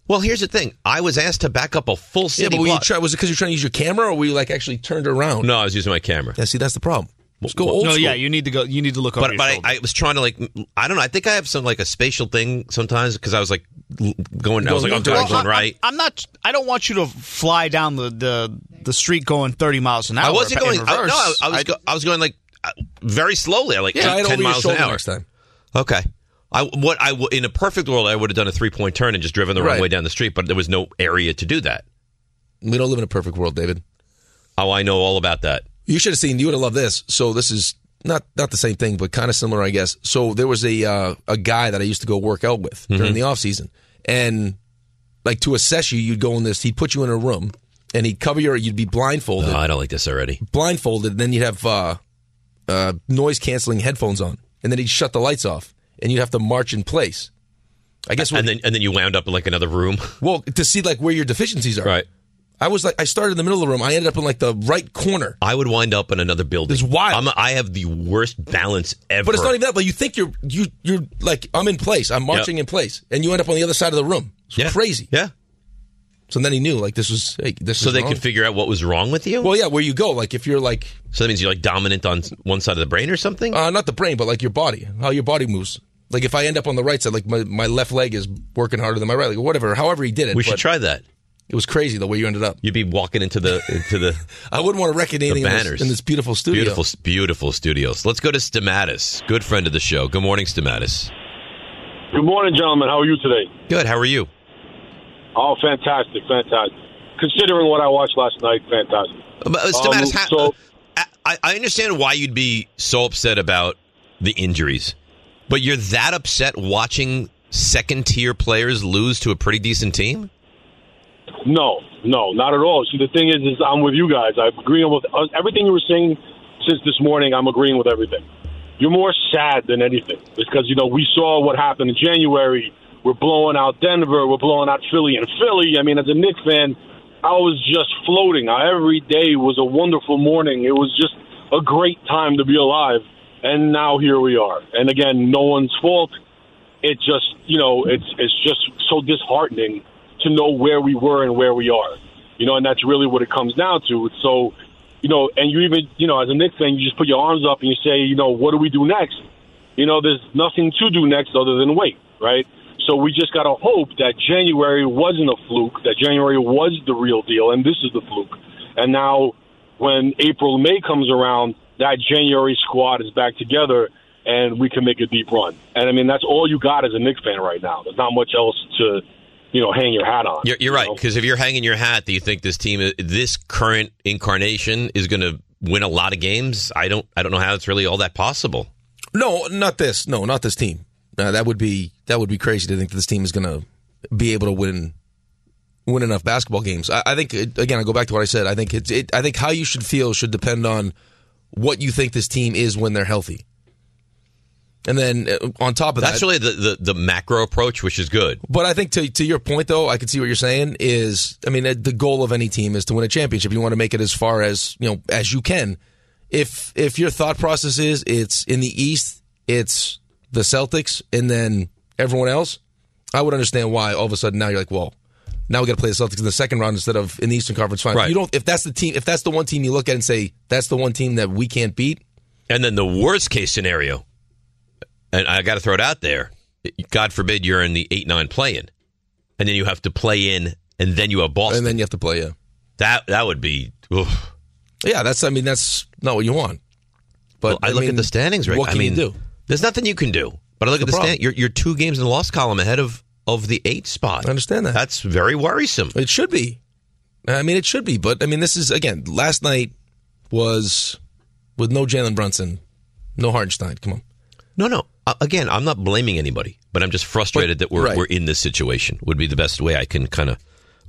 Well, here's the thing. I was asked to back up a full Yeah, city but were you block. try, was it because you're trying to use your camera, or were you like actually turned around? no, I was using my camera. Yeah, see, that's the problem. Let's go old no, school. yeah, you need to go. You need to look over But, your but I, shoulder. I was trying to like I don't know I think I have some like a spatial thing sometimes because I was like l- going I was like Going I'm going, left. going right I'm not. I don't want you to fly down the the, the street going 30 miles an hour. I wasn't in going I, no reverse. I, I was I- go, I was going like uh, very slowly I like yeah, eight- try it 10 over your miles an shoulder hour next time. okay I what I w- in a perfect world I would have done a three point turn and just driven the wrong Right. way down the street but there was no area to do that We don't live in a perfect world, David. oh I know all about that You should have seen. You would have loved this. So this is not not the same thing, but kind of similar, I guess. So there was a uh, a guy that I used to go work out with Mm-hmm. during the off season, and like to assess you, you'd go in this. He'd put you in a room, and he'd cover your. You'd be blindfolded, oh, I don't like this already blindfolded. And then you'd have uh, uh, noise canceling headphones on, and then he'd shut the lights off, and you'd have to march in place. I guess. and then and then you wound up in like another room well, to see like where your deficiencies are. right I was like, I started in the middle of the room. I ended up in like the right corner. I would wind up in another building It's wild. I'm, I have the worst balance ever But it's not even that. But you think you're you you're like I'm in place. I'm marching in place, and you end up on the other side of the room. It's Yeah. crazy. yeah So then he knew like this was hey, this. so is they wrong. could figure out what was wrong with you Well, yeah, where you go, like if you're like So that means you're like dominant on one side of the brain or something? uh, not the brain, but like your body, how your body moves. Like if I end up on the right side, like my, my left leg is working harder than my right leg, or whatever. However he did it, we should but try that. It was crazy the way you ended up. You'd be walking into the into the I wouldn't want to wreck anything in banners. this, in this beautiful studio. beautiful beautiful studios. Let's go to Stamatis, good friend of the show. Good morning, Stamatis. Good morning, gentlemen. How are you today? Good. How are you? Oh, fantastic, fantastic. Considering what I watched last night, fantastic. Uh, Stamatis, Um, ha- so- I- I, I understand why you'd be so upset about the injuries, but you're that upset watching second tier players lose to a pretty decent team. No, no, not at all. See, the thing is, is I'm with you guys. I'm agreeing with uh, everything you were saying since this morning. I'm agreeing with everything. You're more sad than anything because you know we saw what happened in January. We're blowing out Denver. We're blowing out Philly and Philly. I mean, as a Knicks fan, I was just floating. I- Every day was a wonderful morning. It was just a great time to be alive. And now here we are. And again, no one's fault it just you know it's it's just so disheartening to know where we were and where we are you know and that's really what it comes down to It's so you know and you even you know as a Knicks fan you just put your arms up and you say you know what do we do next you know there's nothing to do next other than wait right so we just got to hope that January wasn't a fluke that January was the real deal and this is the fluke and now when April May comes around, that January squad is back together and we can make a deep run. And I mean, that's all you got as a Knicks fan right now. There's not much else to, you know, hang your hat on. You're, you're right because if you're hanging your hat, do you think this team, uh, this current incarnation, is going to win a lot of games? I don't. I don't know how it's really all that possible. No, not this. No, not this team. Uh, that would be that would be crazy to think that this team is going to be able to win win enough basketball games. I, I think it, again, I go back to what I said. I think it's it, I think how you should feel should depend on what you think this team is when they're healthy. And then uh, on top of that, That's really the, the, the macro approach, which is good. But I think to to your point though, I can see what you're saying is I mean the goal of any team is to win a championship. You want to make it as far as, you know, as you can. If if your thought process is it's in the East, it's the Celtics and then everyone else, I would understand why all of a sudden now you're like, "Well, now we got to play the Celtics in the second round instead of in the Eastern Conference Finals." Right. You don't if that's the team if that's the one team you look at and say, "That's the one team that we can't beat." And then the worst case scenario, and I got to throw it out there. God forbid you're in the eight nine play-in, and then you have to play in, and then you have Boston, and then you have to play. Yeah, that that would be. oof. Yeah, that's I mean that's not what you want. But I, I look mean, at the standings, Rick. what I can you mean, do? There's nothing you can do. But I look That's at the the stand. You're, you're two games in the loss column ahead of of the eight spot. I understand that. That's very worrisome. It should be. I mean, it should be. But I mean, this is again. Last night was with no Jalen Brunson, no Hartenstein. Come on. No, no. Uh, again, I'm not blaming anybody, but I'm just frustrated that we're right. we're in this situation. Would be the best way I can kind of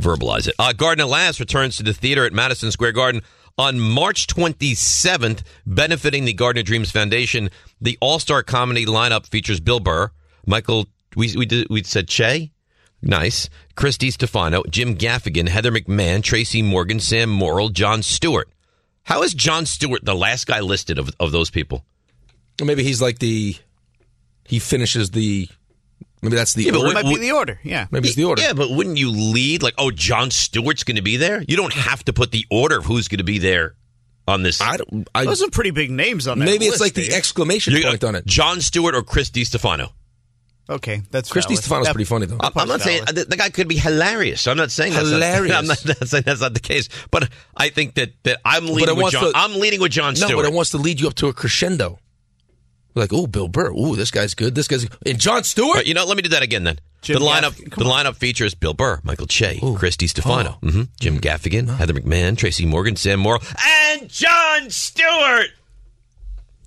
verbalize it. Uh, Garden at Last returns to the theater at Madison Square Garden on March 27th, benefiting the Garden of Dreams Foundation. The All Star comedy lineup features Bill Burr, Michael. We we did, we said Che. Nice. Chris Stefano, Jim Gaffigan, Heather McMahon, Tracy Morgan, Sam Morrill, John Stewart. How is John Stewart the last guy listed of, of those people? Or maybe he's like the he finishes the. Maybe that's the. Yeah, but order. what- Might be the order, yeah. Maybe it's the order. Yeah, but wouldn't you lead like, oh, John Stewart's going to be there? You don't have to put the order of who's going to be there on this. I don't. Those are pretty big names on that. Maybe it's list, like the Dave. exclamation point on it. John Stewart or Chris Stefano. Okay, that's Chris valid. Stefano's That- pretty funny though. that I'm part's not saying valid. the, the guy could be hilarious. I'm not saying that's Hilarious. Not, I'm not, not saying that's not the case, but I think that, that I'm But it leading with wants John. to- I'm leading with John Stewart. No, but it wants to lead you up to a crescendo. Like, oh, Bill Burr. Ooh, this guy's good. This guy's and John Stewart. But you know, let me do that again then. Jim the lineup, Gaffigan, the lineup features Bill Burr, Michael Che, Christy Stefano, Oh. mhm, Jim Gaffigan, Heather McMahon, Tracy Morgan, Sam Morrill, and John Stewart.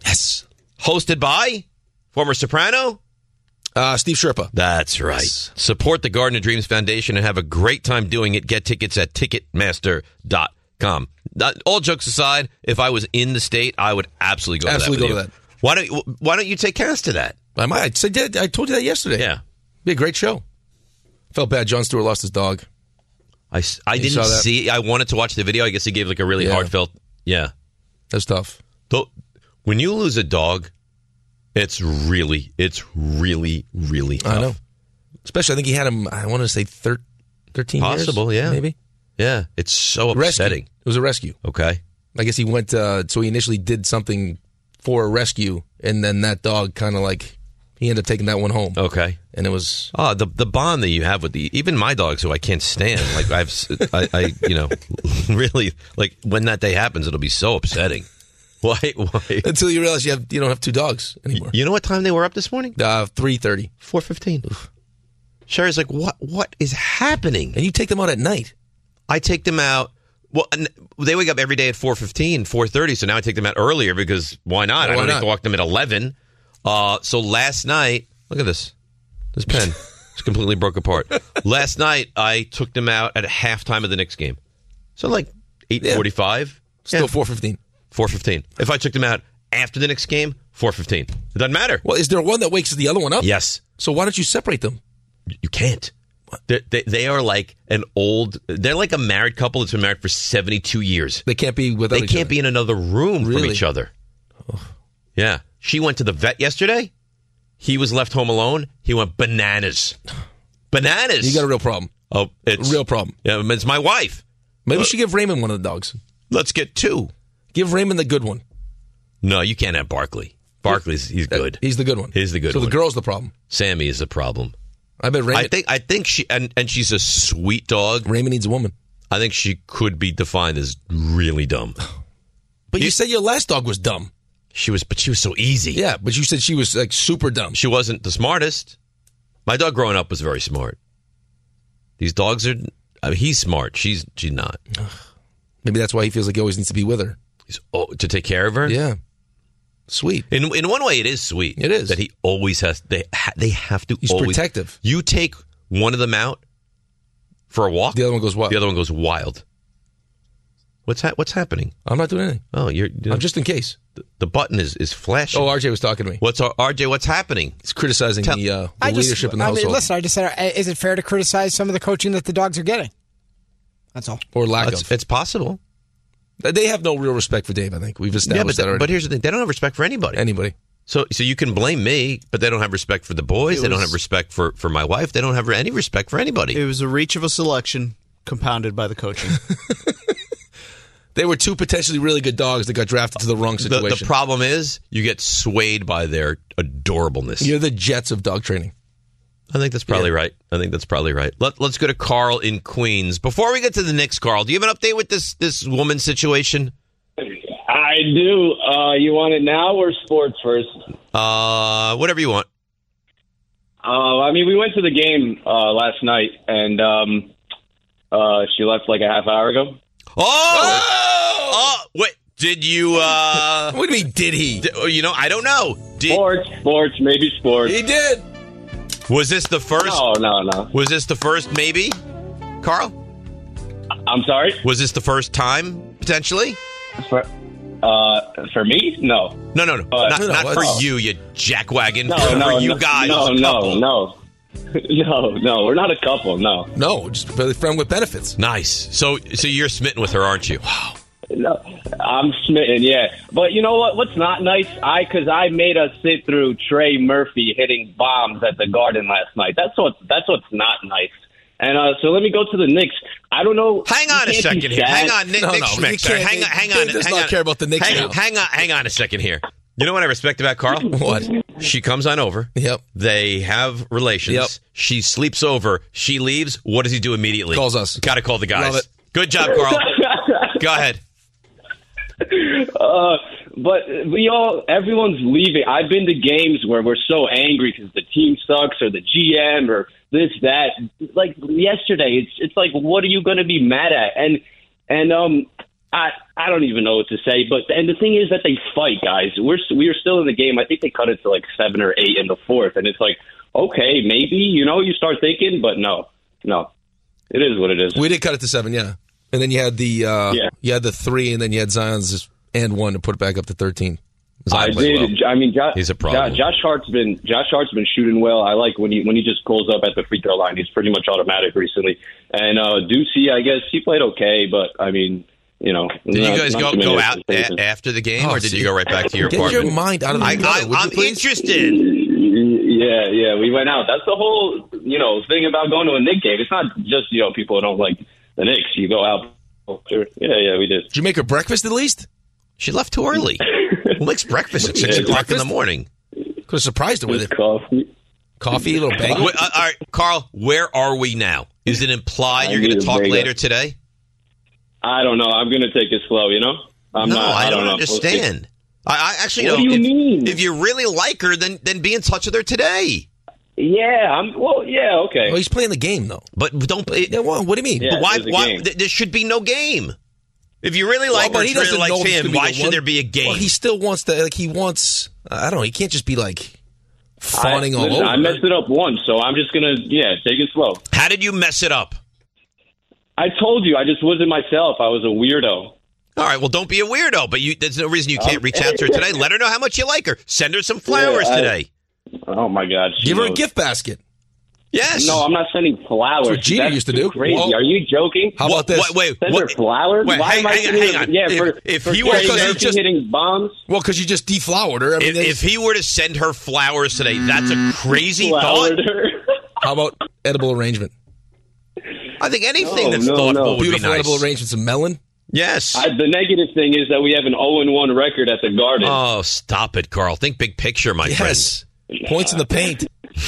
Yes, hosted by former Soprano. Uh, Steve Sherpa. That's right. Support the Garden of Dreams Foundation and have a great time doing it. Get tickets at Ticketmaster.com. Not, all jokes aside, if I was in the state, I would absolutely go. Absolutely to go that to with you. Why don't Why don't you take Cass to that? I might. I, said, I told you that yesterday. Yeah, be a great show. Felt bad. John Stewart lost his dog. I, I You didn't saw that? see. I wanted to watch the video. I guess he gave like a really Yeah. heartfelt. Yeah, that's tough. when you lose a dog, it's really, it's really, really. Tough. I know. Especially, I think he had him. I want to say thir- thirteen. years, Possible, yeah. maybe. Yeah, it's so Rescue. upsetting. It was a rescue. Okay. I guess he went. Uh, so he initially did something for a rescue, and then that dog kind of like he ended up taking that one home. Okay. And it was Oh, the the bond that you have with the even my dogs who I can't stand. Like I've s- I, I, you know really like when that day happens it'll be so upsetting. Why why until you realize you have you don't have two dogs anymore. You know what time they were up this morning? Uh, three thirty. Four fifteen. Sherry's like, what what is happening? And you take them out at night. I take them out. Well, and they wake up every day at 4.15, 4.30, so now I take them out earlier because why not? Why I don't have not? to walk them at 11. Uh, so last night, look at this. This pen is completely broke apart. Last night, I took them out at halftime of the Knicks game. So like 8.45. Still 4.15. 4.15. If I took them out after the Knicks game, 4.15. It doesn't matter. Well, is there one that wakes the other one up? Yes. So why don't you separate them? You can't. They're, they, they are like an old. They're like a married couple that's been married for seventy two years. They can't be without. They each can't other. be in another room Really? from each other. Yeah, she went to the vet yesterday. He was left home alone. He went bananas. Bananas. You got a real problem. Oh, it's Real problem. Yeah, it's my wife. Maybe you should give Raymond one of the dogs. Uh, Let's get two. Give Raymond the good one. No, you can't have Barkley. Barkley's he's good. Uh, He's the good one. He's the good so one. the girl's the problem. Sammy is the problem. I bet Raymond. I think I think she and, and she's a sweet dog. Raymond needs a woman. I think she could be defined as really dumb. But you said your last dog was dumb. She was, but she was so easy. Yeah, but you said she was like super dumb. She wasn't the smartest. My dog growing up was very smart. These dogs are. I mean, he's smart. She's she's not. Maybe that's why he feels like he always needs to be with her. Oh, to take care of her. Yeah, sweet. In in one way, it is sweet. It is that he always has. They ha, they have to. He's always- protective. You take one of them out for a walk. The other one goes wild. The other one goes wild. What's ha- what's happening? I'm not doing anything. Oh, you're. I'm just in case. The, the button is is flashing. Oh, RJ was talking to me. What's RJ? What's happening? He's criticizing the, uh, I just, I mean, listen, I just said, uh, is it fair to criticize some of the coaching that the dogs are getting? That's all. or lack It's- of. It's possible. They have no real respect for Dave. I think we've established yeah, but, that th- already. but here's the thing: they don't have respect for anybody. Anybody. So, so you can blame me, but they don't have respect for the boys. It they don't was- have respect for for my wife. They don't have any respect for anybody. It was a reach of a selection compounded by the coaching. they were two potentially really good dogs that got drafted to the wrong The, situation. the problem is you get swayed by their adorableness. You're the Jets of dog training. I think that's probably right. I think that's probably right. Let, let's go to Carl in Queens. Before we get to the Knicks, Carl, do you have an update with this this woman situation? I do. Uh, you want it now or sports first? Uh, whatever you want. Uh, I mean, we went to the game uh, last night, and um, uh, she left like a half hour ago. Oh, oh, wait. Did you? uh oh, What do you mean? Did he? you know, I don't know. Did, sports, sports, maybe sports. He did. Was this the first? No, no, no. Was this the first? Maybe, Carl. I'm sorry. Was this the first time potentially? For, uh, for me, no. No, no, no. But- not No, not for it's- you, you jackwagon. No, for no, you no, guys. No, as a couple. no, no, no, no. We're not a couple. No, No, just a friend with benefits. Nice. So, so you're smitten with her, aren't you? Wow. no. I'm smitten. Yeah, but you know what? What's not nice? I because I made us sit through Trey Murphy hitting bombs at the Garden last night. That's what. That's what's not nice. And uh, so let me go to the Knicks. I don't know. Hang on a second here. Hang on, Nick, No, Nick no, Schmick, you sir. can't- Hang on, hang on. Dave does hang not on. care about the Knicks Hang, now. hang on, hang on a second here. You know what I respect about Carl? What? She comes on over. Yep. They have relations. Yep. She sleeps over. She leaves. What does he do immediately? Calls us. Got to call the guys. Love it. Good job, Carl. Go ahead. Uh, but we all, everyone's leaving. I've been to games where we're so angry because the team sucks or the GM or this that. Like yesterday, it's it's like, what are you going to be mad at? And and um, I I don't even know what to say. But and the thing is that they fight, guys. We're we are still in the game. I think they cut it to like seven or eight in the fourth, and it's like, okay, maybe you know you start thinking, but no, no, it is what it is. We did cut it to seven, yeah. And then you had the uh, Yeah. you had the three, and then you had Zion's and one to put it back up to thirteen. I Zion played well. did. I mean, Josh, He's a problem. Josh Hart's been Josh Hart's been shooting well. I like when he when he just pulls up at the free throw line. He's pretty much automatic recently. And uh, Ducey, I guess he played okay, but I mean, you know, Did not- you guys not go too many go out expectations. a- after the game, Oh, or did see. you go right back to your Get apartment? your mind out of the I, gutter, would you I, I'm please? interested. Yeah, yeah, we went out. That's the whole you know thing about going to a Knicks game. It's not just you know people don't like the Knicks. You go out. Sure. Yeah, yeah, we did. Did you make her breakfast at least? She left too early. Who makes breakfast at Yeah, six o'clock in the breakfast? morning? Could have surprised her with it. Coffee. Coffee, a little Wait, bagel. uh, all right, Carl, where are we now? Is it implied I you're going need to a talk bagel. later today? I don't know. I'm gonna take it slow. You know, I'm no, not. I don't, know. We'll see. understand. I, I actually What know, do you if, mean? If you really like her, then then be in touch with her today. Yeah, I'm. Well, yeah, okay. Oh, he's playing the game though. But don't. It, Yeah, well, what do you mean? Yeah, but why? there's a Why? game. Th- there should be no game. If you really like Well, her, but she really know likes if it's him. gonna be Why the should one- there be a game? Well, he still wants to. Like he wants. I don't know. He can't just be like fawning I, all listen, over. I messed it up once, so I'm just gonna yeah, take it slow. How did you mess it up? I told you, I just wasn't myself. I was a weirdo. All right, well, don't be a weirdo. But you, there's no reason you can't reach out to her today. Let her know how much you like her. Send her some flowers Yeah, I- today. Oh my god! she Give her a knows. gift basket. Yes. No, I'm not sending flowers. That's what Gina That's used to too do. Crazy? Whoa. Are you joking? How about this? Wait, wait, Send her what- flowers? Wait, Why hang, am I hang, sending hang her- on. Yeah, if, for, if for he were Carrie Because you Irving to, just- hitting bombs. Well, because you just deflowered her. I mean, if, that's- if he were to send her flowers today, that's a crazy thought. Flowered Mm. her. how about edible arrangement? I think No, anything that's Oh, no, thoughtful no. would Beautiful be nice. edible arrangement. Some melon. Yes. I, the negative thing is that we have an 0 1 record at the Garden. oh, stop it, Carl. Think big picture, my Yes. Points in the paint.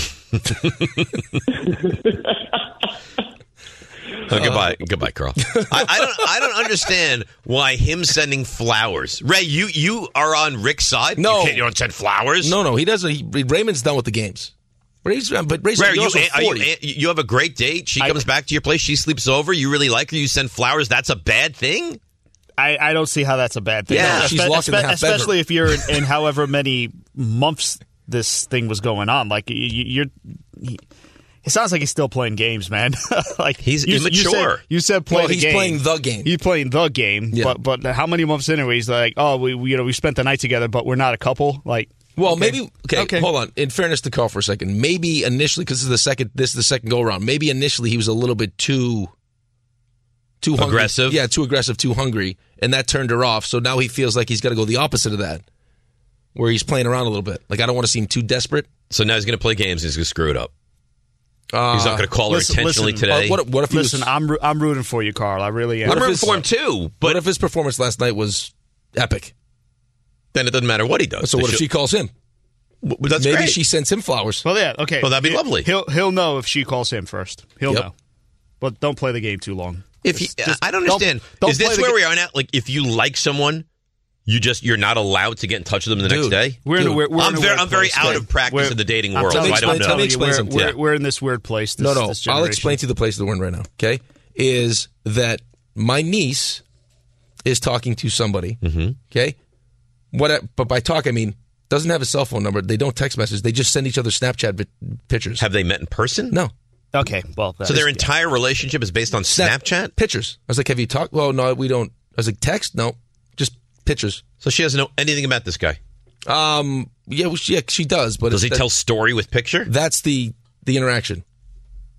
Oh, goodbye, goodbye, Carl. I, I don't, I don't understand why him sending flowers. Ray, you, you are on Rick's side. No. you, can't- you don't send flowers. No, no, he doesn't. He, Raymond's done with the games. Ray's, but Ray's Ray, are you, eh, also are you, 40. you have a great date. She comes back to your place. She sleeps over. You really like her. You send flowers. That's a bad thing. I, I don't see how that's a bad thing. Yeah, Espe- she's locked in espe- the half especially if you're in, in however many months this thing was going on. Like y- y- you're. He, it sounds like he's still playing games, man. like he's You said, immature. you said play Well, the he's game. playing the game. He's playing the game. But but how many months in are we? He's like, oh, we, we you know we spent the night together, but we're not a couple. Like, Well, maybe okay, Hold on. In fairness to Carl for a second, maybe initially because this is the second this is the second go around. Maybe initially he was a little bit too too hungry. Aggressive? Yeah, too aggressive, too hungry, and that turned her off. So now he feels like he's got to go the opposite of that, where he's playing around a little bit. Like I don't want to seem too desperate. So now he's going to play games. He's going to screw it up. Uh, He's not going to call listen- her intentionally listen, today. uh, what- what if he was- listen, I'm ru- I'm rooting for you, Carl. I really am. What if his- too. But what if his performance last night was epic? Then it doesn't matter what he does. So what if She'll- she calls him? that's maybe great. she sends him flowers. Well, yeah, okay. Well, that'd be He- lovely. He'll he'll know if she calls him first. He'll Yep. know. But don't play the game too long. If Just- you, just I don't don't- understand. don't is play this the where ga- we are now? Like, if you like someone, you just you're not allowed to get in touch with them the Dude, next day. We're in a weird. We're I'm in a very, weird I'm very place, out man. of practice We're- in the dating I'm world. so telling I you, don't I'm know. telling you, we're, we're, we're in this weird place. This, no, no. This I'll generation. explain to you the place that we're in right now. Okay, is that my niece is talking to somebody. Mm-hmm. Okay, what? I- But by talk, I mean doesn't have a cell phone number. They don't text message. They just send each other Snapchat vi- pictures. Have they met in person? No. Okay. Well, So their entire relationship is based on Snapchat. pictures. I was like, have you talked? Well, no, we don't. I was like, text? No, just pictures. So she doesn't know anything about this guy. Um. Yeah. Well, she, yeah. She does. But Does it's he that- tell story with picture? That's the the interaction.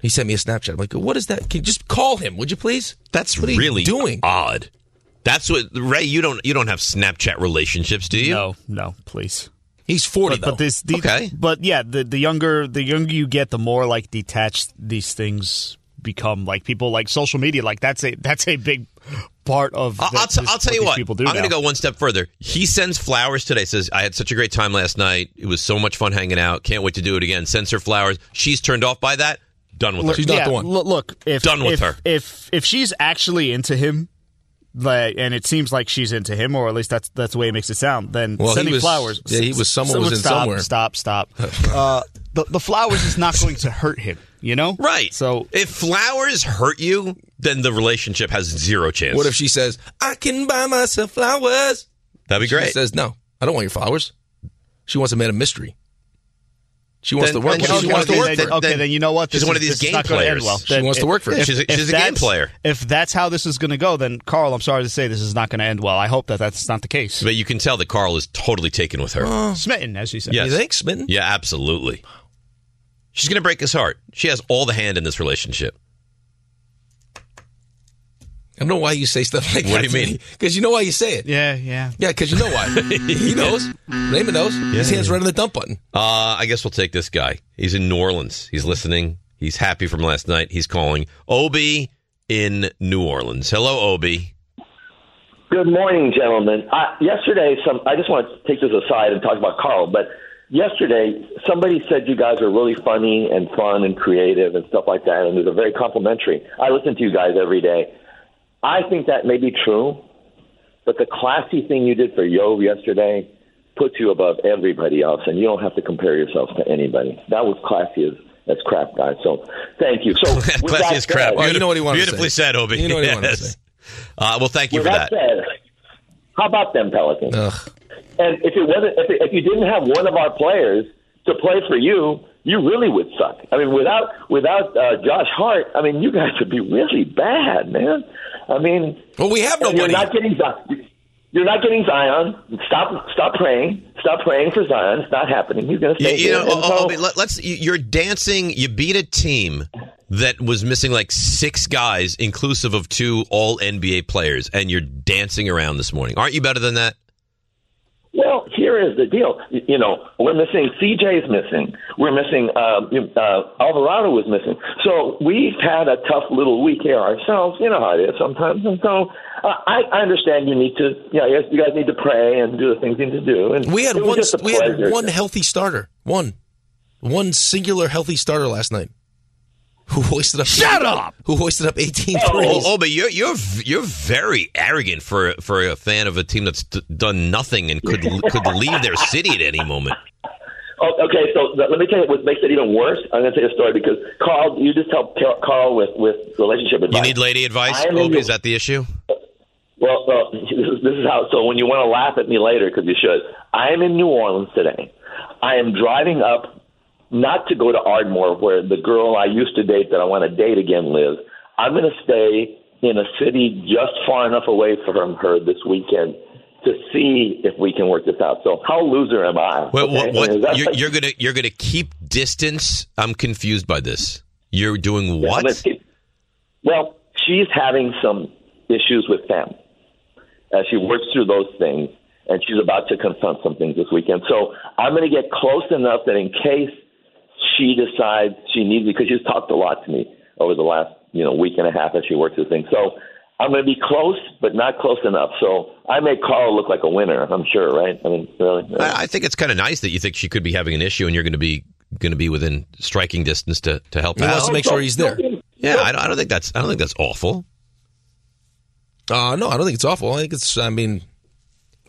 He sent me a Snapchat. I'm like, what is that? Can just call him, would you please? That's what are you really doing. odd. That's what Ray. You don't you don't have Snapchat relationships, do you? No, no, please. He's forty but, but though. this, the, Okay. But yeah, the the younger the younger you get, the more like detached these things become. Like people like social media. Like that's a that's a big part of. I'll, the- I'll, t- this- I'll tell you these what. People do I'm going now. to go one step further. He sends flowers today. Says I had such a great time last night. It was so much fun hanging out. Can't wait to do it again. Sends her flowers. She's turned off by that. Done with her. Look- yeah, lo- Look, if Done with if- her. If if she's actually into him, like, and it seems like she's into him, or at least that's that's the way it makes it sound. Then Well, he sending was- flowers. yeah, he was- someone was in stop, somewhere. Stop! Stop! uh, the the flowers is not going to hurt him. You know, Right. So if flowers hurt you, then the relationship has zero chance. What if she says, I can buy myself flowers? That'd be great. She says, no, I don't want your flowers. She wants a man of mystery. She wants Then- to work okay, for okay, She wants okay, to work then- for it. okay, then you know what? she's This one is- of these this is game not gonna end players. well. She Then wants to if- work for it. if- She's a- if she's a game that's- player. If that's how this is going to go, then Carl, I'm sorry to say, this is not going to end well. I hope that that's not the case. But you can tell that Carl is totally taken with her. Smitten, as you said. Yes. Oh, Uh, Smitten? Yeah, absolutely. She's going to break his heart. She has all the hand in this relationship. I don't know why you say stuff like What that. do you mean? Because you know why you say it. Yeah, yeah. Yeah, because you know why. he knows. Raymond knows. His hand's right on the dump button. Uh, I guess we'll take this guy. He's in New Orleans. He's listening. He's happy from last night. He's calling Obi in New Orleans. Hello, Obi. Good morning, gentlemen. I, yesterday, some I just want to take this aside and talk about Carl. But yesterday, somebody said you guys are really funny and fun and creative and stuff like that, and it was very complimentary. I listen to you guys every day. I think that may be true, but the classy thing you did for Yov yesterday puts you above everybody else, and you don't have to compare yourself to anybody. That was classy as, as crap, guys. So thank you. So with Classy that as crap. said- Beautifully said, Obi. Yes. Uh, well, thank you with for that. said, how about them Pelicans? And if it wasn't, if, it, if you didn't have one of our players to play for you, you really would suck. I mean, without without uh, Josh Hart, I mean, you guys would be really bad, man. I mean, well, we have You're not getting Zion. You're not getting Zion. Stop stop praying. Stop praying for Zion. It's not happening. He's going to You, stay you here. know, uh, And so- Obi, let, us you- You're dancing. You beat a team that was missing like six guys, inclusive of two All NBA players, and you're dancing around this morning. Aren't you better than that? Well, here is the deal. Y- You know, we're missing CJ's missing. We're missing uh, you- uh, Alvarado was missing. So we've had a tough little week here ourselves. You know how it is sometimes. And so uh, I, I understand you need to. You know, yes, you guys need to pray and do the things you need to do. And We had it was one. just a We had pleasure. one healthy starter. One, one singular healthy starter last night. who hoisted up Shut up! who hoisted up 18 Oh, oh, threes. oh, but you're you're you're very arrogant for for a fan of a team that's d- done nothing and could could leave their city at any moment. Oh, okay, so th- let me tell you what makes it even worse. I'm going to tell you a story because Carl, you just helped Car- Carl with, with relationship advice. You need lady advice, I am in Obi? the- Is that the issue? Well, well this, is, this is how. So when you want to laugh at me later, because you should, I am in New Orleans today. I am driving up, not to go to Ardmore, where the girl I used to date that I want to date again lives. I'm going to stay in a city just far enough away from her this weekend to see if we can work this out. So how loser am I? Well, okay? what, I mean, what that's you're, like- you're gonna you're gonna keep distance? I'm confused by this. You're doing Yeah, what? let's keep- well, she's having some issues with family. As she works through those things, and she's about to confront some things this weekend. So I'm going to get close enough that in case she decides she needs me, because she's talked a lot to me over the last you know week and a half as she works this thing. So I'm going to be close, but not close enough. So I make Carl look like a winner. I'm sure, right? I mean, really. I, I think it's kind of nice that you think she could be having an issue, and you're gonna be gonna be within striking distance to to help He out. wants to make sure he's there. Yeah, I don't, I don't think that's I don't think that's awful. Uh, no, I don't think it's awful. I think it's, I mean,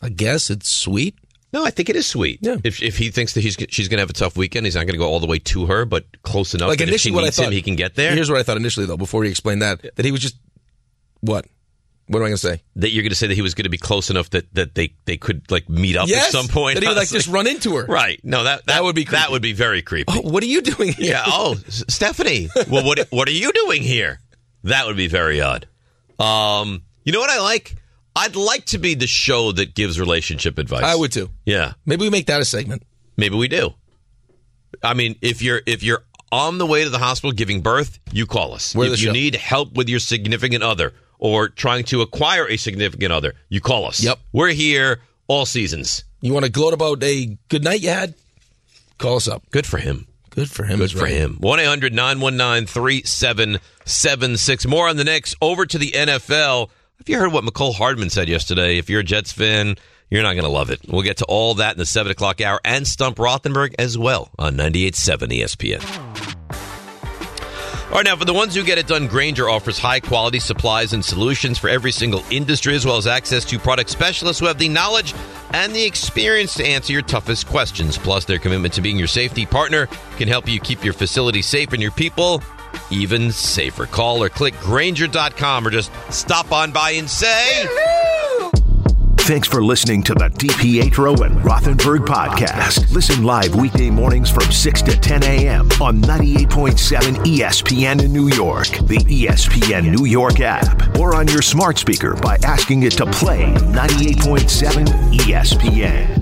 I guess it's sweet. No, I think it is sweet. Yeah. If if he thinks that he's she's gonna have a tough weekend, he's not gonna go all the way to her, but close enough. Like that if she initially, what I needs him, thought he can get there. Here's what I thought initially, though, before he explained that, that he was just what? What am I going to say? that you're going to say that he was going to be close enough that, that they, they could like meet up Yes, at some point. that he would, I like, was just run into her. Right? No, that that, would be creepy. that would be very creepy. Oh, what are you doing here? yeah. Oh, S- Stephanie, well, what what are you doing here? That would be very odd. Um, you know what I like? I'd like to be the show that gives relationship advice. I would too. Yeah. Maybe we make that a segment. Maybe we do. I mean, if you're if you're on the way to the hospital giving birth, you call us. We're if the you show. need help with your significant other or trying to acquire a significant other, you call us. Yep. We're here all seasons. You want to gloat about a good night you had? Call us up. Good for him. Good for him. Good is for right. him. 1 800 919 3776. More on the next. Over to the NFL. Have you heard what McCole Hardman said yesterday? If you're a Jets fan, you're not going to love it. We'll get to all that in the 7 o'clock hour and Stump Rothenberg as well on 98.7 ESPN. All right, now for the ones who get it done, Granger offers high quality supplies and solutions for every single industry, as well as access to product specialists who have the knowledge and the experience to answer your toughest questions. Plus, their commitment to being your safety partner can help you keep your facility safe and your people even safer. Call or click Granger.com or just stop on by and say. Thanks for listening to the DPetro and Rothenberg podcast. Listen live weekday mornings from 6 to 10 a.m. on 98.7 ESPN in New York, the E ESPN New York app, E or on your smart speaker by asking it to play 98.7 ESPN.